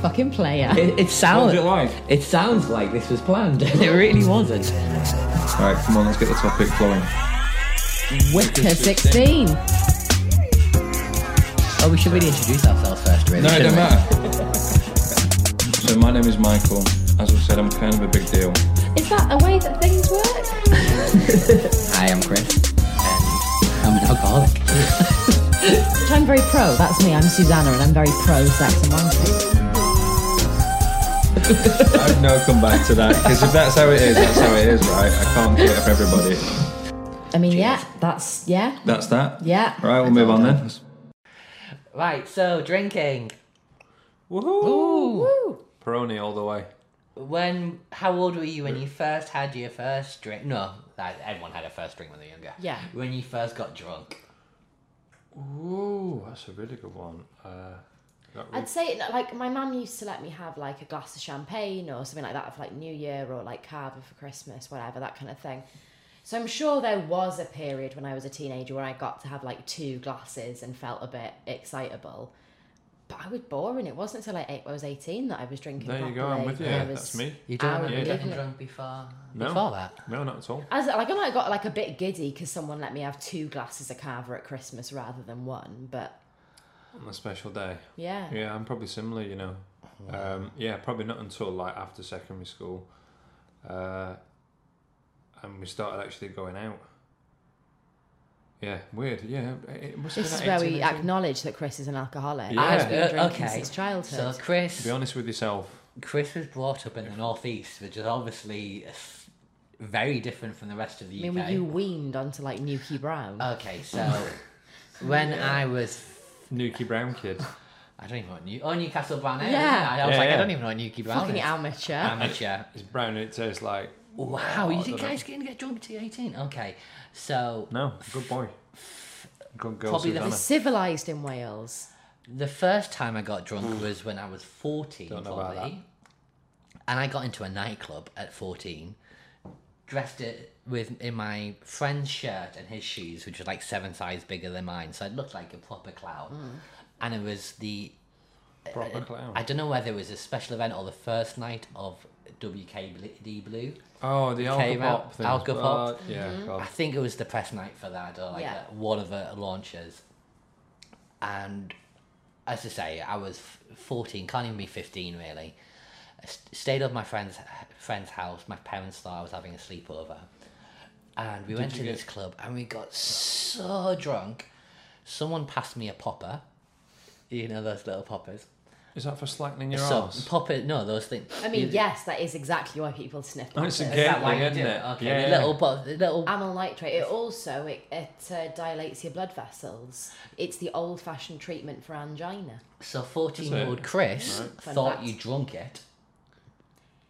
fucking player. It, it What was sounds it like? It sounds like this was planned, and it really wasn't. Alright, come on, let's get the topic flowing. Wicker 16. Oh, we should really introduce ourselves first, really. No, it shouldn't don't we? matter. so my name is Michael. As I said, I'm kind of a big deal. Is that a way that things work? Hi, I'm Chris. And I'm an alcoholic. I'm very pro. That's me. I'm Susanna, and I'm very pro sex and wanking. I've now come back to that because if that's how it is, that's how it is, right? I can't do it for everybody. I mean, yeah, that's yeah, That's that. yeah. Right, we'll move on then. Right, so drinking. Woohoo! Woo. Peroni all the way. When, how old were you when you first had your first drink? No, like, everyone had a first drink when they were younger. Yeah. When you first got drunk. Ooh, that's a really good one. Uh, that I'd say like my mum used to let me have like a glass of champagne or something like that for like New Year or like carver for Christmas, whatever that kind of thing. So I'm sure there was a period when I was a teenager where I got to have like two glasses and felt a bit excitable. But I was boring. It wasn't until like eight, I was 18 that I was drinking. there you go. I'm properly. with you. I was- that's me. You don't I remember would getting definitely- drunk before No. before that? No, not at all. As like I might have got like a bit giddy because someone let me have two glasses of carver at Christmas rather than one. But On a special day. yeah, Yeah, I'm probably similar. You know. Um, yeah, probably not until like after secondary school, uh, and we started actually going out. Yeah, weird. Yeah, it- it must have this been is like where 18, we 19. acknowledge that Chris is an alcoholic. Yeah. He's been Uh, drinking okay. since childhood. So Chris, Be honest with yourself. Chris was brought up in the northeast, which is obviously s- very different from the rest of the I mean, UK. were you weaned onto like Nuki Brown? Okay, so when I was, Nuki Brown kid. I don't even know what New, oh Newcastle Brown. Ale, Yeah. I was Yeah, like, I yeah. don't even know what Newcastle Brown. Fucking is. amateur. Amateur. It's brown and it tastes like. Wow, I you think dunno. guys can get drunk to eighteen? Okay, so No, good boy. Good girl, Probably the Susanna. They're civilized in Wales. the first time I got drunk was when I was 14 Don't know about probably, and I got into a nightclub at fourteen, dressed it with in my friend's shirt and his shoes, which was like seven sizes bigger than mine, so I looked like a proper clown, and it was the Proper clown. I don't know whether it was a special event or the first night of WKD Blue. Oh, the Came alcohol out- thing. as Alcopop. well. Yeah, I God. think it was the press night for that, or like Yeah. uh, one of the launches. And as I say, I was f- 14, can't even be 15 really. I st- stayed at my friend's friend's house. My parents thought I was having a sleepover. And we went to you this club and we got so drunk. Someone passed me a popper. You know those little poppers. Is that for slacking your so ass? popper, no, those things. I mean, yes, that is exactly why people sniff. Oh, it's a poppers. gay that why thing, you isn't do it? Okay, Yeah, the yeah. little, po- the little Amyl nitrate. It also it, it uh, dilates your blood vessels. It's the old-fashioned treatment for angina. So 14 year old Chris Fun thought fact. you drunk it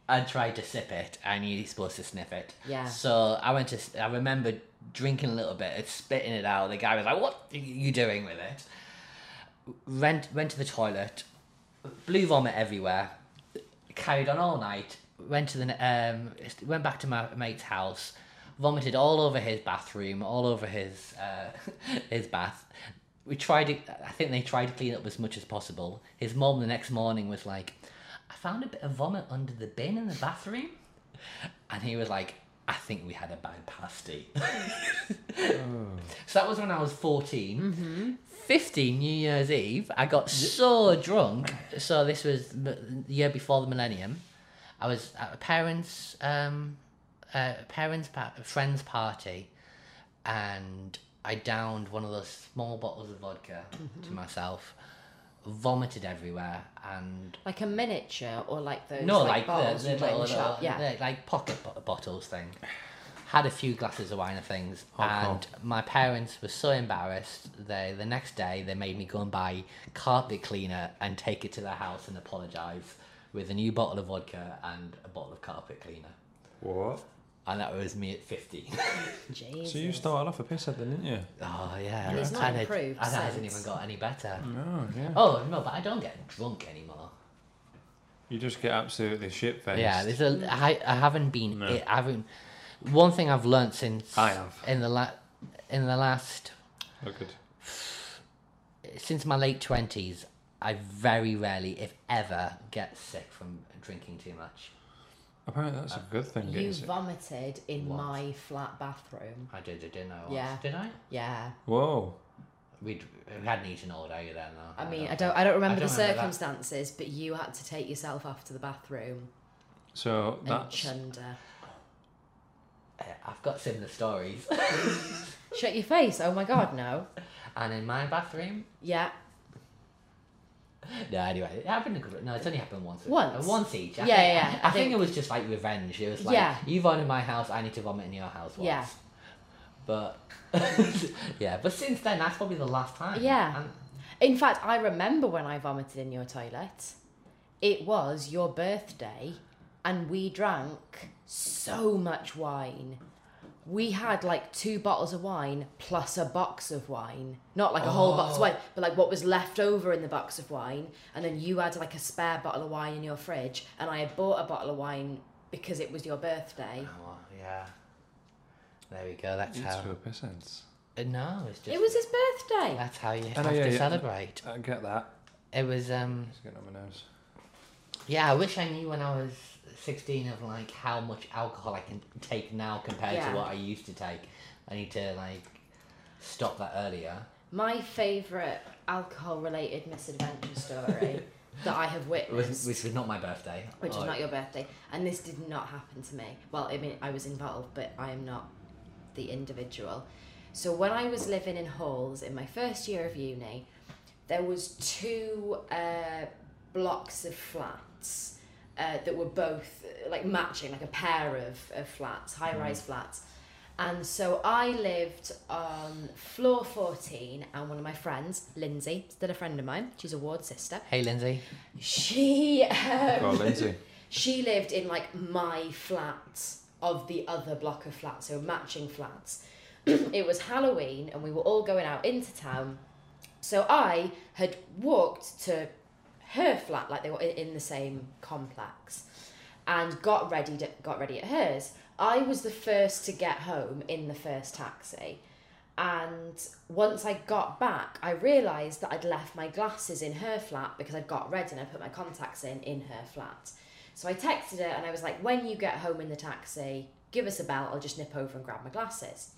and tried to sip it and you're supposed to sniff it. Yeah. So I went to, s- I remember drinking a little bit and spitting it out. The guy was like, What are you doing with it? Went, went to the toilet, blue vomit everywhere, carried on all night, went to the, n- um, went back to my mate's house. Vomited all over his bathroom, all over his uh, his bath, we tried to, I think they tried to clean up as much as possible. His mom the next morning was like, I found a bit of vomit under the bin in the bathroom. And he was like, I think we had a bad pasty. So that was when I was 14. 15, New Year's Eve, I got so drunk. So this was the the year before the millennium. I was at a parents, um, uh, parents, pa- friends party and I downed one of those small bottles of vodka to myself, vomited everywhere, and Like a miniature, or like those no, like, like, bottles the, the you buy in little, uh, the shop. little- yeah. the, like pocket bo- bottles thing. Had a few glasses of wine and things, and my parents were so embarrassed. They the next day they made me go and buy carpet cleaner and take it to their house and apologise with a new bottle of vodka and a bottle of carpet cleaner. What? And that was me at fifteen. Jesus. So you started off a pisshead then, didn't you? Oh yeah, And it's not it- improved and it hasn't since. even got any better. No, yeah. Oh no, but I don't get drunk anymore. You just get absolutely shit faced. Yeah, there's a I, I haven't been No. I haven't. One thing I've learnt since I have. in the la- in the last Look Oh, good. since my late twenties, I very rarely, if ever, get sick from drinking too much. Apparently, that's a good thing. Uh, You Is it? vomited in What? my flat bathroom. I did, didn't I? once? Yeah. Did I? Yeah. Whoa. We'd, we hadn't eaten all day then. Though. I mean, I don't, I don't remember don't the remember that. circumstances, but you had to take yourself off to the bathroom So and that's chunder. I- I've got similar stories. Shut your face! Oh my god, no. and in my bathroom. Yeah. No, anyway, it happened a couple. No, it's only happened once. Once? Uh, once each. I Yeah, think, yeah, I, I I think, think- it was just like revenge. It was like Yeah. you vomit in my house, I need to vomit in your house once. Yeah. But yeah, but since then that's probably the last time. Yeah. And- In fact, I remember when I vomited in your toilet. It was your birthday, and we drank so much wine. We had like two bottles of wine plus a box of wine. Not like a whole Oh. box of wine, but like what was left over in the box of wine. And then you had like a spare bottle of wine in your fridge, and I had bought a bottle of wine because it was your birthday. oh, yeah. There we go. That's it's how. two percent. Uh, No, it's just. It was his birthday. That's how you Oh, have yeah, to yeah. celebrate. I get that. It was um. It's getting on my nose. Yeah, I wish I knew when I was 16 of like how much alcohol I can take now compared Yeah. to what I used to take. I need to like stop that earlier. My favourite alcohol related misadventure story that I have It was, witnessed. which was not my birthday. which is Oh, not your birthday. And this did not happen to me. Well, I mean, I was involved, but I am not the individual. So when I was living in halls in my first year of uni, there was two uh, blocks of flats uh, that were both uh, like matching, like a pair of, of flats, high rise flats. And so I lived on floor 14, and one of my friends, Lindsay, still a friend of mine, she's a ward sister. Hey, Lindsay. She um, Go on, Lindsay. she lived in like my flat of the other block of flats, so matching flats. it was Halloween and we were all going out into town. So I had walked to her flat, like they were in in the same complex, and got ready to, got ready at hers. I was the first to get home in the first taxi. And once I got back, I realised that I'd left my glasses in her flat because I'd got ready and I put my contacts in in her flat. So I texted her and I was like, when you get home in the taxi, give us a bell, I'll just nip over and grab my glasses.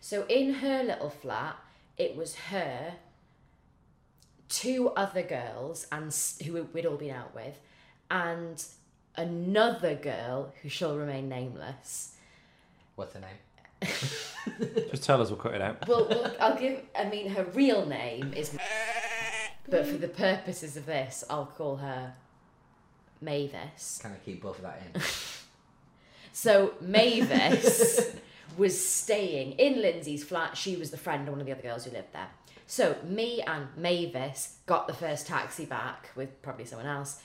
So in her little flat, it was her, two other girls, and s- who we'd all been out with, and another girl who shall remain nameless. What's her name? Just tell us, we'll cut it out. Well, well I'll give. I mean, her real name is, but for the purposes of this, I'll call her Mavis. Can I keep both of that in? So Mavis was staying in Lindsay's flat. She was the friend of one of the other girls who lived there. So me and Mavis got the first taxi back with probably someone else.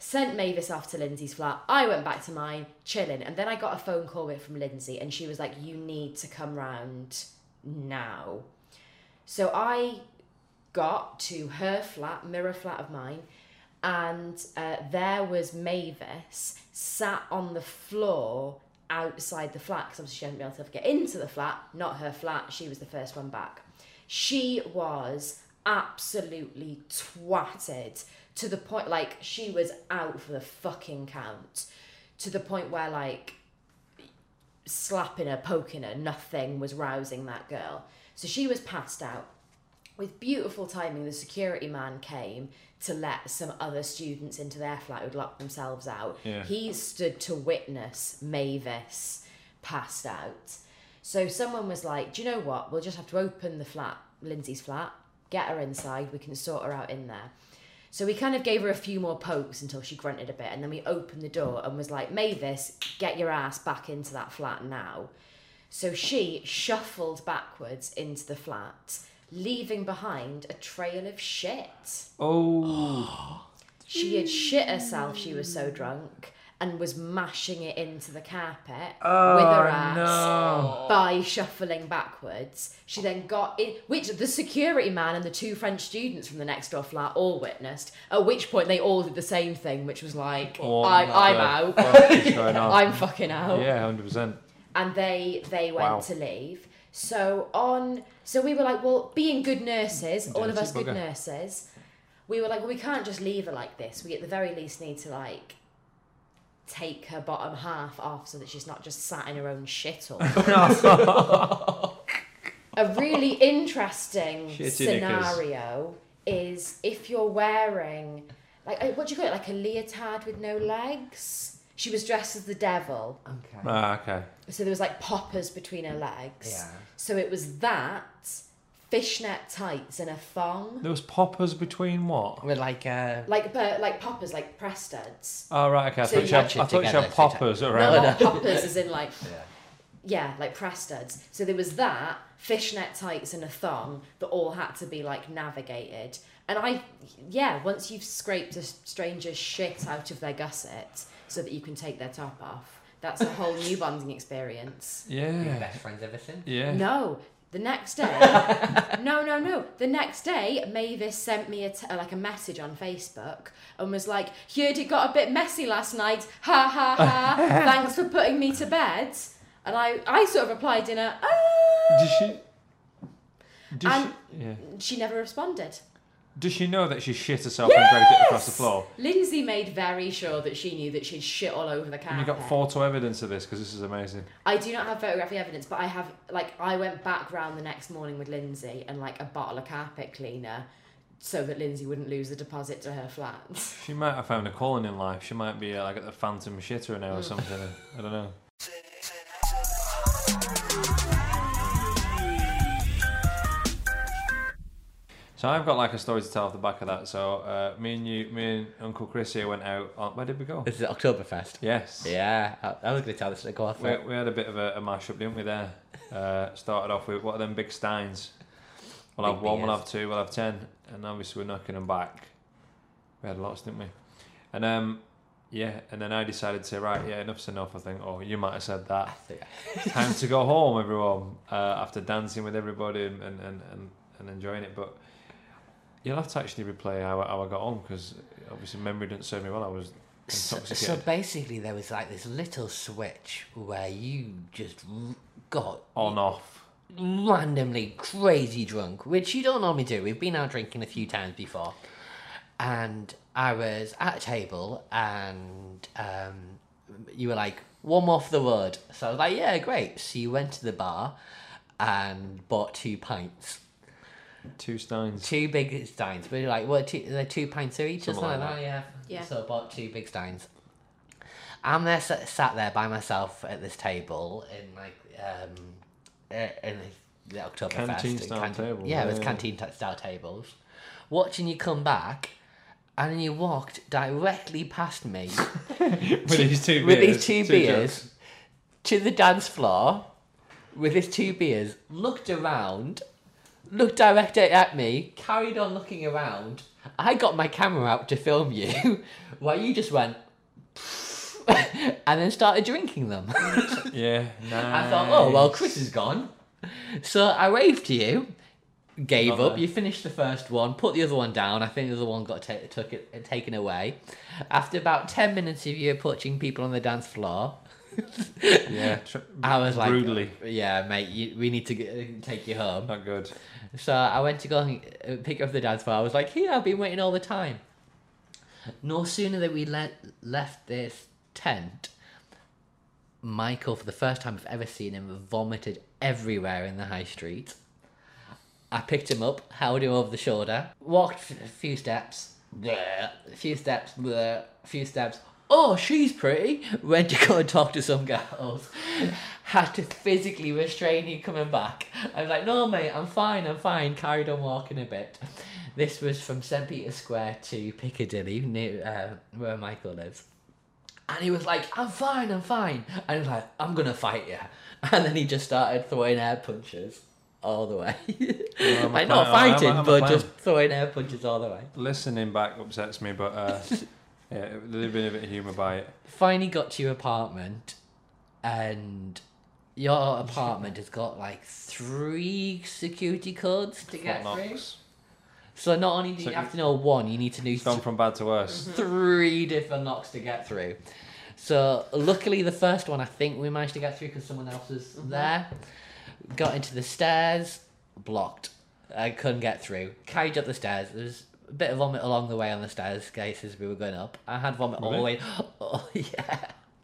Sent Mavis off to Lindsay's flat. I went back to mine, chilling, and then I got a phone call with- from Lindsay, and she was like, "You need to come round now." So I got to her flat, mirror flat of mine, and uh, there was Mavis sat on the floor outside the flat because obviously she hadn't been able to get into the flat, not her flat, she was the first one back. She was absolutely twatted to the point, like, she was out for the fucking count to the point where, like, slapping her, poking her, nothing was rousing that girl. So she was passed out with beautiful timing, the security man came to let some other students into their flat who'd locked themselves out. Yeah. He stood to witness Mavis passed out. So someone was like, Do you know what? We'll just have to open the flat, Lindsay's flat, get her inside, we can sort her out in there. So we kind of gave her a few more pokes until she grunted a bit, and then we opened the door and was like, Mavis, get your ass back into that flat now. So she shuffled backwards into the flat, leaving behind a trail of shit. Oh, She had shit herself, she was so drunk, and was mashing it into the carpet Oh, with her ass by shuffling backwards. She then got in, which the security man and the two French students from the next door flat all witnessed, at which point they all did the same thing, which was like, Oh I, my I'm God. out. What is going on? I'm fucking out yeah, hundred percent. and they they went Wow. to leave. So on, so we were like, well, being good nurses, all of Dirty us good bugger. nurses, we were like, well, we can't just leave her like this. We at the very least need to like take her bottom half off so that she's not just sat in her own shithole. A really interesting Shitty knickers. scenario is if you're wearing like uh, what do you call it, like a leotard with no legs. She was dressed as the devil, Okay. Ah, okay. so there was like poppers between her legs. Yeah. So it was that fishnet tights and a thong. There was poppers between what? With like uh, like but like poppers, like press studs. Oh, right, okay. I So thought you you had, match it I thought you together, had so you poppers No, around. not poppers, as in like yeah. yeah, like press studs. So there was that fishnet tights and a thong that all had to be like navigated. And I, yeah, once you've scraped a stranger's shit out of their gusset so that you can take their top off, that's a whole new bonding experience. Your Yeah. best friends ever since. Yeah. No, the next day, no, no, no. The next day, Mavis sent me a t- like a message on Facebook and was like, "Heard it got a bit messy last night. Ha ha ha. Thanks for putting me to bed." And I, I sort of replied in a, "Ah." Did she? Did And- she? Yeah. She never responded. Does she know that she shit herself and dragged it across the floor? Lindsay made very sure that she knew that she'd shit all over the And carpet. you got photo evidence of this because this is amazing. I do not have photographic evidence, but I have like I went back round the next morning with Lindsay and like a bottle of carpet cleaner, so that Lindsay wouldn't lose the deposit to her flat. She might have found a calling in life. She might be uh, like a phantom shitter now or something. I don't know. So I've got like a story to tell off the back of that. So uh, me and you, me and Uncle Chris here went out. On, where did we go? This is Oktoberfest. Yes. Yeah, I, I was going to tell this to go off. We, we had a bit of a, a mashup, didn't we? There uh, started off with what are them big steins? We'll have Big one, we'll beers. have two, we'll have ten, and obviously we're knocking them back. We had lots, didn't we? And um, yeah, and then I decided to right, yeah, enough's enough. I think, oh, you might have said that. Time to go home, everyone. Uh, after dancing with everybody and and, and, and and enjoying it, but you'll have to actually replay how, I- how I got home because obviously memory didn't serve me well. I was So, intoxicated. so basically, there was like this little switch where you just r- got on off. randomly crazy drunk, which you don't normally do. We've been out drinking a few times before. And I was at a table and um, you were like, one more for the road. So I was like, yeah, great. So you went to the bar and bought two pints. Two steins. Two big steins. But you're like, what, two, they're two pints of each or Something something like like that? Yeah. Yeah. So I bought two big steins. I'm there sa- sat there by myself at this table in like um uh, in the, the October Canteen style tables, Yeah, it was yeah. canteen t- style tables. Watching you come back, and then you walked directly past me with these two with these two, beers to the dance floor with his two beers, looked around, looked directly at me, carried on looking around. I got my camera out to film you, while you just went and then started drinking them. Yeah, nice. I thought, oh well, Chris is gone, so I waved to you. Gave Not up. there. You finished the first one, put the other one down. I think the other one got ta took it taken away. After about ten minutes of you approaching people on the dance floor, yeah, tr- I was like, Rudely. yeah, mate, you, we need to g- take you home. not good. So I went to go and uh, pick up the dance floor. I was like, here, I've been waiting all the time. No sooner that we le- left this tent, Michael, for the first time I've ever seen him, vomited everywhere in the high street. I picked him up, held him over the shoulder, walked f- a few steps, bleh, a few steps, bleh, a few steps. Oh, she's pretty. Went to go and talk to some girls. Had to physically restrain you coming back. I was like, no, mate, I'm fine, I'm fine. Carried on walking a bit. This was from St. Peter's Square to Piccadilly, near uh, where Michael lives. And he was like, I'm fine, I'm fine. And he was like, I'm gonna fight you. And then he just started throwing air punches all the way. I'm a like, not clown, I'm a- fighting, I'm a but clown. just throwing air punches all the way. Listening back upsets me, but uh, yeah, there's been a bit of humour by it. Finally got to your apartment, and your apartment has got like three security codes to get Fort through. Knox. So not only do So you you- have to know one, you need to know It's gone from bad to worse. three different knocks to get through. So luckily, the first one I think we managed to get through because someone else was there. Got into the stairs, blocked. I couldn't get through. Carried up the stairs. There was a bit of vomit along the way on the staircase as we were going up. I had vomit all the way. Oh yeah.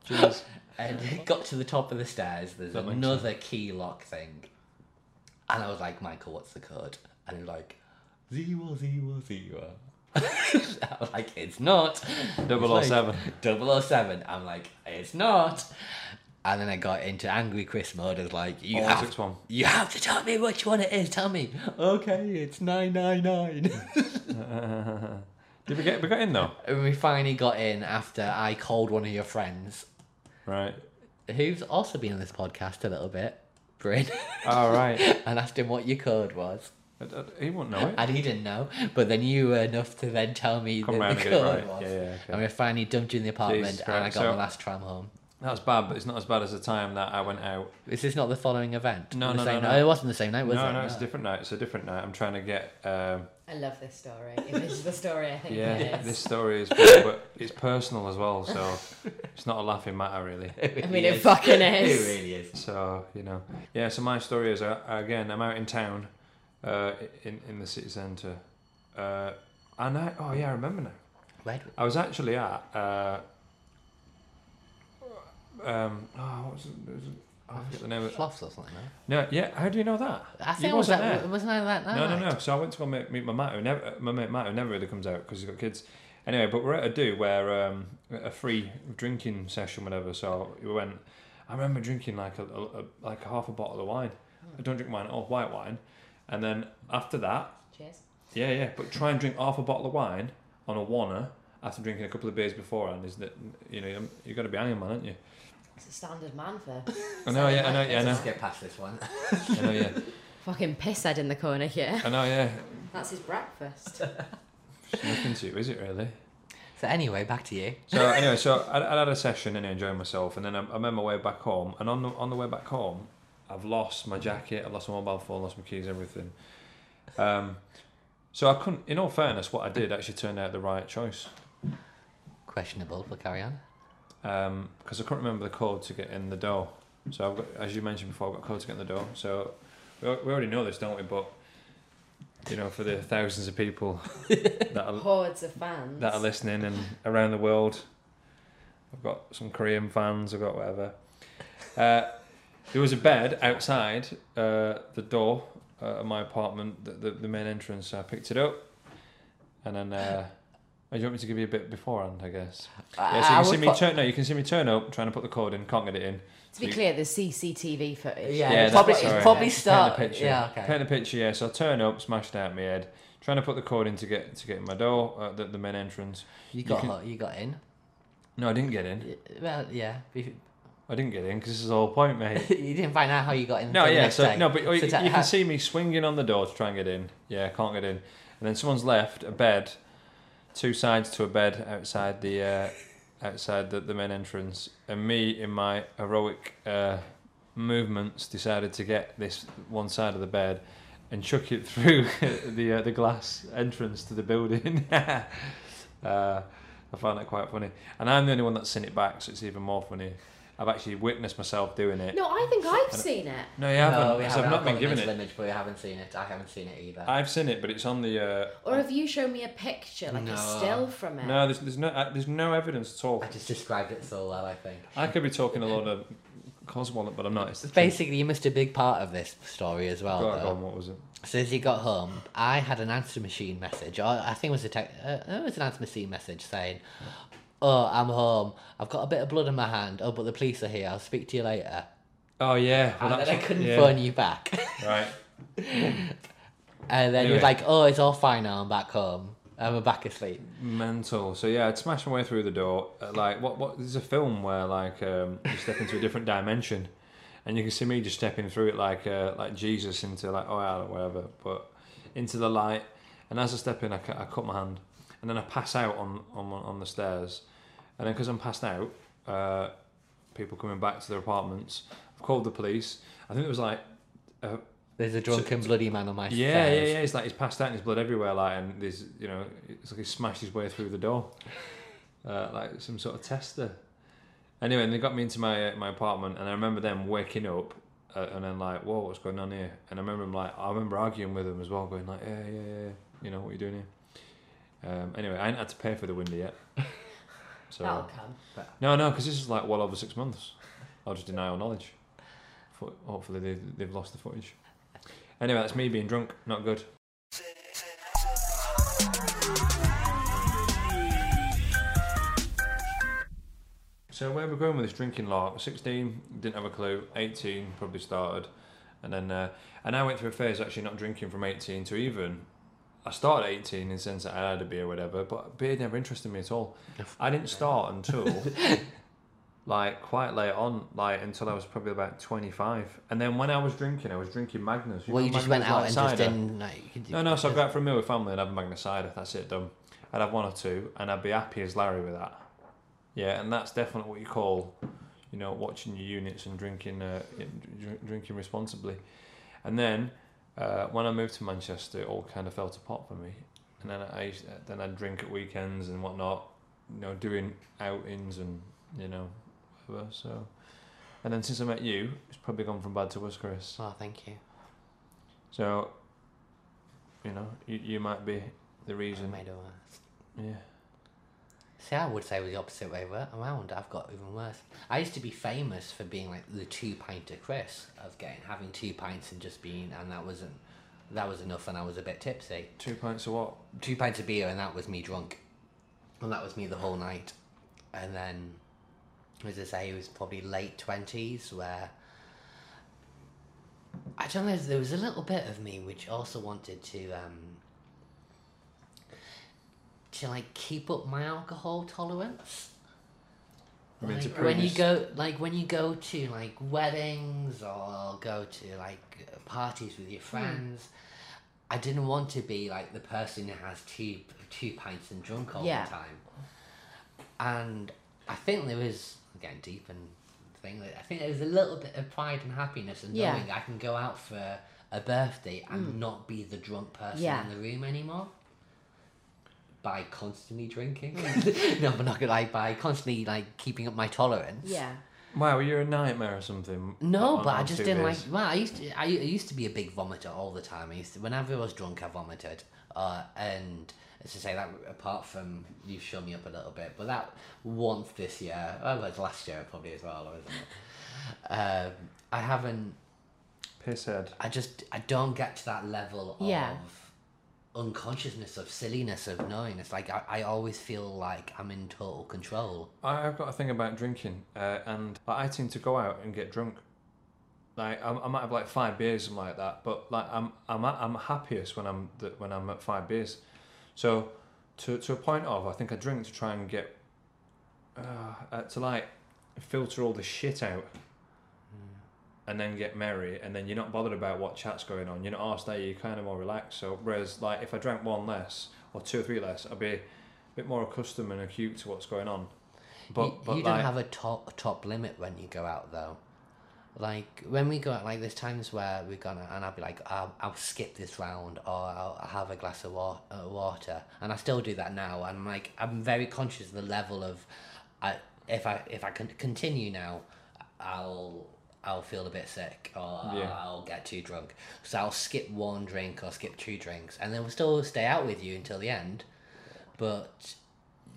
Jeez. And it got to the top of the stairs. There's That makes another key lock thing, and I was like, Michael, what's the code? And he was like, zero zero zero. I was like, it's not. Double He's like, 007. 007. I'm like, it's not. And then I got into angry Chris mode. I was like, you All have six one. you have to tell me which one it is. Tell me. Okay, it's 999. Did we get we got in though? and we finally got in after I called one of your friends, Right. who's also been on this podcast a little bit, Bryn, All right. and asked him what your code was. I- I- Uh, He won't know it. And he didn't know, but then you were enough to then tell me Come that round the and get it code right. was. Yeah, yeah, And okay. we finally dumped you in the apartment, Jesus and I got Christ. my So- last tram home. That's bad, but it's not as bad as the time that I went out. Is this not the following event? No, the no, no, same no. night? It wasn't the same night, was no, it? no, it's a different night. It's a different night. I'm trying to get. Um, I love this story. If this is the story, I think yeah, it is. this story is, but it's personal as well, so it's not a laughing matter really. I mean, it fucking It is. really is. So you know, yeah. So my story is uh, again, I'm out in town, uh, in in the city centre, uh, and I oh yeah, I remember now. Where I was actually at. Uh, um, oh, what was it? it was- I forget the name of it. Floss or something. no? No, yeah. How do you know that? I You think it was wasn't that. there. Wasn't I that? No, no, night? no. So I went to go meet, meet my mate who never, my mate Matt who never really comes out because he's got kids. Anyway, but we're at a do where um, a free drinking session, whatever. So we went. I remember drinking like a, a, a- like half a bottle of wine. I don't drink wine at all, white wine. And then after that, Cheers. yeah, yeah. But try and drink half a bottle of wine on a wanna after drinking a couple of beers beforehand. Is that you know you- you've got to be Iron Man, aren't you? It's a standard man for I know, yeah, I know, yeah, I know, Let's get past this one. I know, yeah, fucking piss head in the corner here. I know, yeah. That's his breakfast. It's nothing to you, is it really? So anyway, back to you. So anyway, so I, I had a session and enjoying myself, and then I, I made my way back home. And on the on the way back home, I've lost my jacket, I've lost my mobile phone, lost my keys, everything. Um, so I couldn't. In all fairness, what I did actually turned out the right choice Questionable, but carry on. because Um, I couldn't remember the code to get in the door. So I've got, as you mentioned before, I've got a code to get in the door. So we, al- we already know this, don't we? But you know, for the thousands of people that are Hordes of fans. Um, that are listening and around the world. I've got some Korean fans. I've got whatever. Uh, there was a bed outside uh, the door uh, of my apartment, the, the, the main entrance. So I picked it up, and then. Uh, oh, do you want me to give you a bit beforehand? I guess. Yeah, so you can see me turn. No, you can see me turn up, trying to put the code in. Can't get it in. to be clear, there's CCTV footage. Yeah, Yeah, it's that's probably, sorry. it's probably Just paint start. the picture. Yeah, okay. Paint the picture. Yeah. So I turn up, smashed out my head, trying to put the code in to get to get in my door, uh, the, the main entrance. you you got can- ho- you got in. No, I didn't get in. Y- Well, yeah. You I didn't get in because this is the whole point, mate. you didn't find out how you got in. No, till the yeah, next so day. no, but you, So you that- how- can see me swinging on the door to try and get in. Yeah, I can't get in. And then someone's left a bed, two sides to a bed outside the uh, outside the, the main entrance, and me in my heroic uh, movements decided to get this one side of the bed and chuck it through the uh, the glass entrance to the building. uh, I find that quite funny, and I'm the only one that's seen it back, so it's even more funny. I've actually witnessed myself doing it. No, I think I've seen it. No, you No, haven't. we 'cause haven't. I've not I've got been the given it. mental image, but we haven't seen it. I haven't seen it either. I've seen it, but it's on the. Uh, Or have you shown me a picture, like No. a still from it? no, there's, there's no uh, there's no evidence at all. I just described it so well. I think. I could be talking a lot of Coswallop, but I'm not. It's the truth. Basically, you missed a big part of this story as well. Go on, though. go on, what was it? So as he got home, I had an answer machine message. Or I think it was a tech, uh, it was an answer machine message saying, "Oh, I'm home. I've got a bit of blood on my hand. Oh, but the police are here. I'll speak to you later." Oh yeah, well, And Ah, then that's I what- couldn't yeah. phone you back. Right. and then you're Anyway. like, "Oh, it's all fine now. I'm back home. And we're back asleep." Mental. So yeah, I'd smash my way through the door. Uh, like what? What? There's a film where like um, you step into a different dimension, and you can see me just stepping through it like uh, like Jesus into like oh yeah, whatever, but into the light. And as I step in, I, cu- I cut my hand, and then I pass out on on on the stairs, and then because I'm passed out, uh, people coming back to their apartments. I've called the police. I think it was like There's a drunken bloody man on my yeah, yeah, stairs. yeah. It's like he's passed out and his blood everywhere, like, and there's, you know, it's like he smashed his way through the door, uh, like some sort of tester. Anyway, and they got me into my uh, my apartment, and I remember them waking up, uh, and then like, whoa, what's going on here? And I remember them like, I remember arguing with them as well, going like, yeah, yeah, yeah, you know, what are you doing here? Um, anyway, I ain't had to pay for the window yet. So That'll come. no, no, because this is like well over six months. I'll just deny all knowledge. Fo- Hopefully, they, they've lost the footage. Anyway, that's me being drunk. Not good. So where we're going with this drinking lark? Sixteen, didn't have a clue. Eighteen, probably started, and then uh, and I went through a phase of actually not drinking from eighteen to even. I started at eighteen in the sense that I had a beer or whatever, but beer never interested me at all. I didn't start until like quite late on, like until I was probably about twenty five, and then when I was drinking, I was drinking Magnus. well, know you just went Magnus, out and just like cider? didn't. Like, you could- No, no. So I'd go out for a meal with family and have a Magna cider. That's it, done. I'd have one or two, and I'd be happy as Larry with that. Yeah, and that's definitely what you call, you know, watching your units and drinking, uh, dr- drinking responsibly. And then uh, when I moved to Manchester, it all kind of fell to pot for me. And then I used then I'd drink at weekends and whatnot, you know, doing outings and you know, whatever. So, and then since I met you, it's probably gone from bad to worse, Chris. Oh, thank you. So, you know, you, you might be the reason. Made it worse. Yeah. See, I would say we're the opposite way wa- around. I've got even worse. I used to be famous for being like the two pinter Chris of getting having two pints and just being, and that wasn't, that was enough, and I was a bit tipsy. Two pints of what? two pints of beer, and that was me drunk, and that was me the whole night. And then, as I say, it was probably late twenties where I don't know. There was a little bit of me which also wanted to um, to like keep up my alcohol tolerance. I mean, to Like, when you previous- go, like when you go to like weddings or go to like parties with your Hmm. friends, I didn't want to be like the person who has two two pints and drunk all Yeah. the time. And I think there was getting deep and thing. like, I think there was a little bit of pride and happiness in Yeah. Hmm. knowing I can go out for a birthday and not be the drunk person Yeah. in the room anymore. By constantly drinking, no, but not gonna like by constantly like keeping up my tolerance. Yeah. Wow, you're a nightmare or something. No, on- but on I just two didn't like. beers. Well, I used to. I, I used to be a big vomiter all the time. I used to, whenever I was drunk, I vomited. Uh, and as I say, that apart from you've shown me up a little bit, but that once this year, well, it was last year probably as well, wasn't it? Um, I haven't. Pisshead. I just. I don't get to that level of Yeah. unconsciousness of silliness of knowing. It's like I, I always feel like I'm in total control. I, I've got a thing about drinking, uh, and like, I tend to go out and get drunk. Like I, I might have like five beers and like that, but like I'm I'm I'm happiest when I'm th- when I'm at five beers. So to to a point of I think I drink to try and get uh, uh, to like filter all the shit out. Hmm. And then get merry, and then you're not bothered about what chat's going on. You're not asked there. You're kind of more relaxed. So whereas like if I drank one less or two or three less, I'd be a bit more accustomed and acute to what's going on. But you, but you like, don't have a top top limit when you go out though. Like when we go out, like there's times where we're gonna, and I'll be like, I'll, I'll skip this round, or I'll, I'll have a glass of wa- uh, water, and I still do that now. And I'm like, I'm very conscious of the level of, I if I if I can continue now, I'll I'll feel a bit sick, or I'll- Yeah. I'll get too drunk. So I'll skip one drink or skip two drinks, and then we'll still stay out with you until the end. But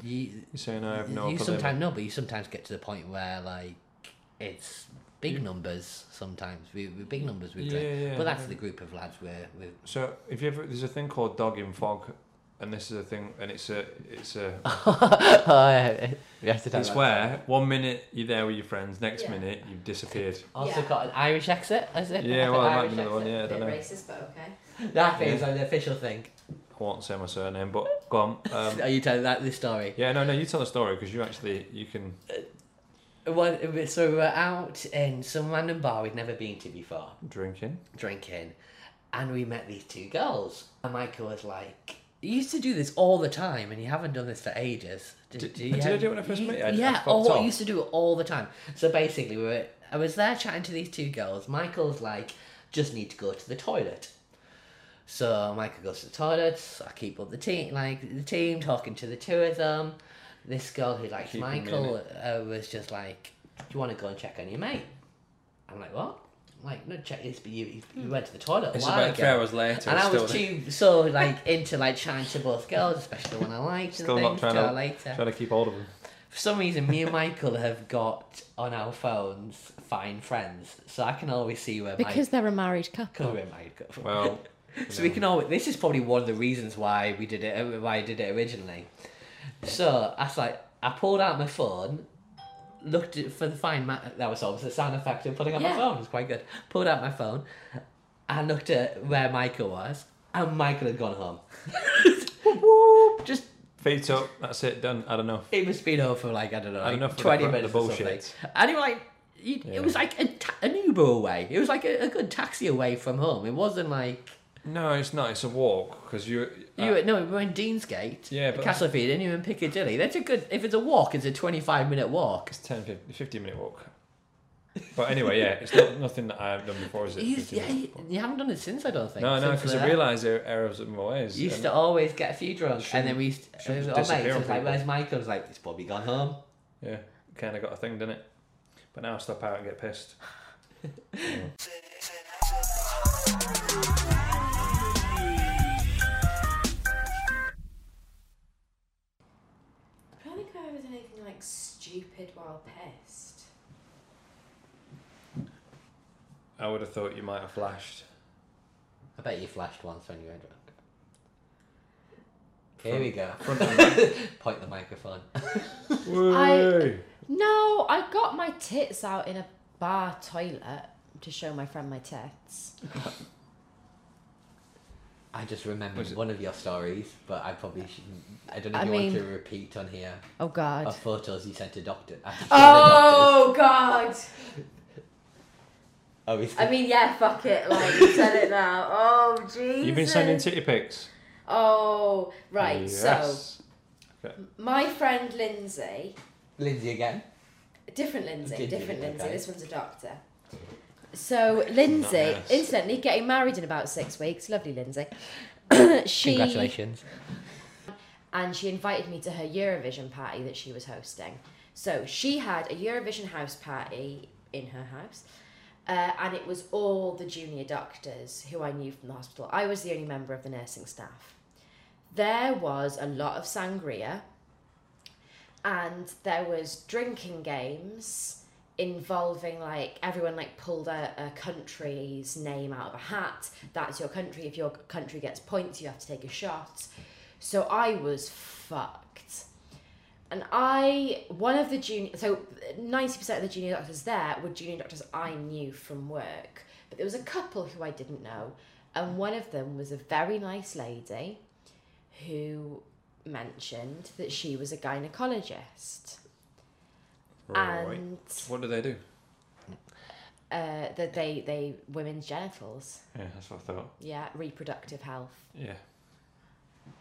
you, You're saying I have no you upper sometimes limit. no, but you sometimes get to the point where like it's big numbers. Sometimes we, we big numbers we drink, Yeah, yeah, but that's yeah. the group of lads we're with. So if you ever there's a thing called dog in fog, and this is a thing, and it's a it's a yes, it's where one minute you're there with your friends, next Yeah. minute you've disappeared. Also Yeah. got an Irish exit, is it? Yeah, well, that might be another one. exit. Yeah, I bit don't know. I racist, but okay. That thing is like the official thing. won't say my surname, but go on. Um, Are you telling that this story? yeah, no, no, you tell the story because you actually you can. Well, so we were out in some random bar we'd never been to before. Drinking. drinking, and we met these two girls. And Michael was like, "You used to do this all the time, and you haven't done this for ages." Did- did I do it when I first you- met you? I- I yeah, fucked oh, I off. used to do it all the time. So basically, we were, I was there chatting to these two girls. Michael's like, "Just need to go to the toilet." So Michael goes to the toilet. I keep up the team, like the team, talking to the two of them. This girl who likes Keeping me in Michael uh, was just like, "Do you want to go and check on your mate?" I'm like, "What?" like, no, check this, but you, you went to the toilet a It's while about ago. three hours later. and it's I was still there. too so like into like trying to both girls, especially when I liked Still and not things trying till to, later. trying to keep hold of them. For some reason, me and Michael have got on our phones Find Friends, so I can always see where Because Michael they're a married couple. where Michael. Well, so we can always. This is probably one of the reasons why we did it. uh, Why I did it originally. So I was like, I pulled out my phone, looked at, for the Find. Ma- that was almost the sound effect of pulling out my Yeah. phone. It was quite good. Pulled out my phone, and looked at where Michael was, and Michael had gone home. Just feet up. That's it. Done. I don't know. it must be over for like I don't know, like enough of the twenty crap, the minutes or something. bullshit. And you're like, you, Yeah. it was like a, ta- an Uber away. It was like a, a good taxi away from home. It wasn't like No, it's not. It's a walk because you. uh, you. were no, we were in Deansgate, Yeah, but- Castlefield, and you were in Piccadilly. That's a good. If it's a walk, it's a twenty-five minute walk. It's 10, 15, 15 minute walk. But anyway, yeah, it's not nothing that I have done before, is it? You, 15 yeah, minute you, walk. you haven't done it since I don't think. no, no, since because I that. realised there are errors in my ways. You used and- to always get a few drunk, and then we used to, shouldn't it was, just oh, mate, disappear so on it's like, people. where's Michael? It's like, it's probably gone home. Yeah, kind of got a thing, didn't it? But now I stop out and get pissed. I don't think I ever did anything like stupid while pissed. I would have thought you might have flashed. I bet you flashed once when you were drunk. Here we go. Front end. Point the microphone. Whey! No, I got my tits out in a bar toilet to show my friend my tits. I just remembered Was it- one of your stories, but I probably shouldn't. I don't know if I you mean- want to repeat on here Oh god. of photos you sent to doctor. I showed the doctors. Oh god. oh, is I mean, yeah, fuck it. Like you said it now. Oh Jesus. You've been sending titty pics. Oh right. So Yes. my friend Lindsay, Lindsay again? different Lindsay, Did you? different Lindsay. Okay. This one's a doctor. So Lindsay, nice. incidentally, getting married in about six weeks. Lovely Lindsay. she Congratulations. and she invited me to her Eurovision party that she was hosting. So she had a Eurovision house party in her house, uh, and it was all the junior doctors who I knew from the hospital. I was the only member of the nursing staff. There was a lot of sangria, and there was drinking games involving like everyone like pulled a, a country's name out of a hat that's your country if your country gets points you have to take a shot so I was fucked. And I, one of the junior, so 90% of the junior doctors there were junior doctors I knew from work. But there was a couple who I didn't know. And one of them was a very nice lady who mentioned that she was a gynecologist. Right. And What do they do? uh, that they, they, women's genitals, Yeah, that's what I thought. yeah, reproductive health. Yeah.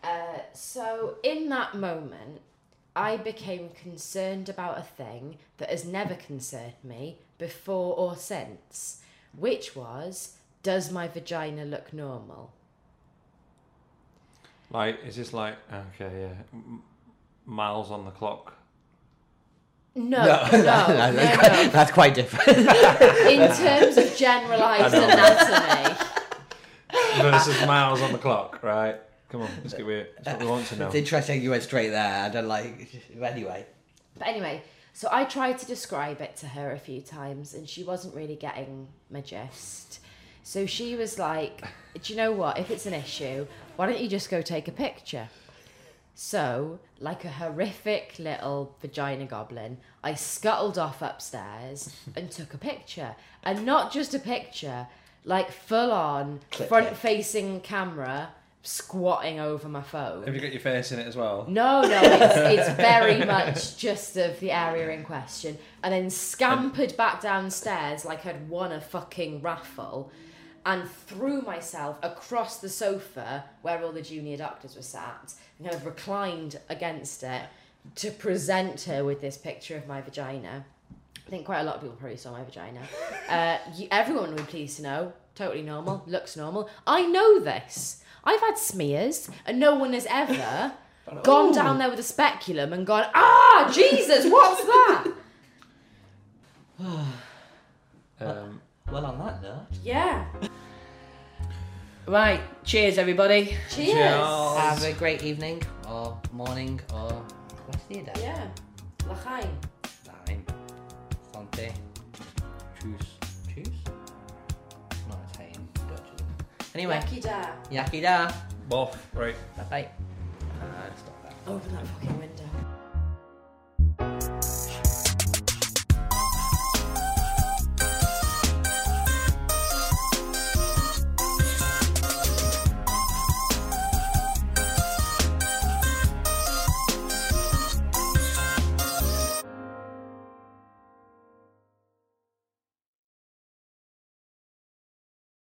Uh, so in that moment, I became concerned about a thing that has never concerned me before or since, which was does my vagina look normal? Like, is this like, okay, yeah, m- miles on the clock? No, no, no, no, that's, quite, that's quite different. In terms of generalized I know. anatomy, Versus miles on the clock, right? Come on, let's get weird. That's what we want to know. It's interesting you went straight there. I don't like. Anyway. But anyway, so I tried to describe it to her a few times and she wasn't really getting my gist. So she was like, Do you know what? If it's an issue, why don't you just go take a picture? So, like a horrific little vagina goblin, I scuttled off upstairs and took a picture. And not just a picture, like full on Clip front it. facing camera squatting over my phone. Have you got your face in it as well? No, no, it's, it's very much just of the area in question. And then scampered back downstairs like I'd won a fucking raffle and threw myself across the sofa where all the junior doctors were sat and kind of reclined against it to present her with this picture of my vagina. I think quite a lot of people probably saw my vagina. Uh, you, everyone would be pleased to know. Totally normal. Looks normal. I know this. I've had smears, and no one has ever gone down there with a speculum and gone, ah, Jesus, what's that? Um, Well, on that note. Right, cheers, everybody. Cheers. Have a great evening, or morning, or what's the day? Yeah. Lachaim. Time. Fonte. Choose. Choose? Not Italian. Dutch. isn't it? Anyway, Lucky da. yaki da. Boff, right. Bye bye. Uh, stop that. Open that fucking window.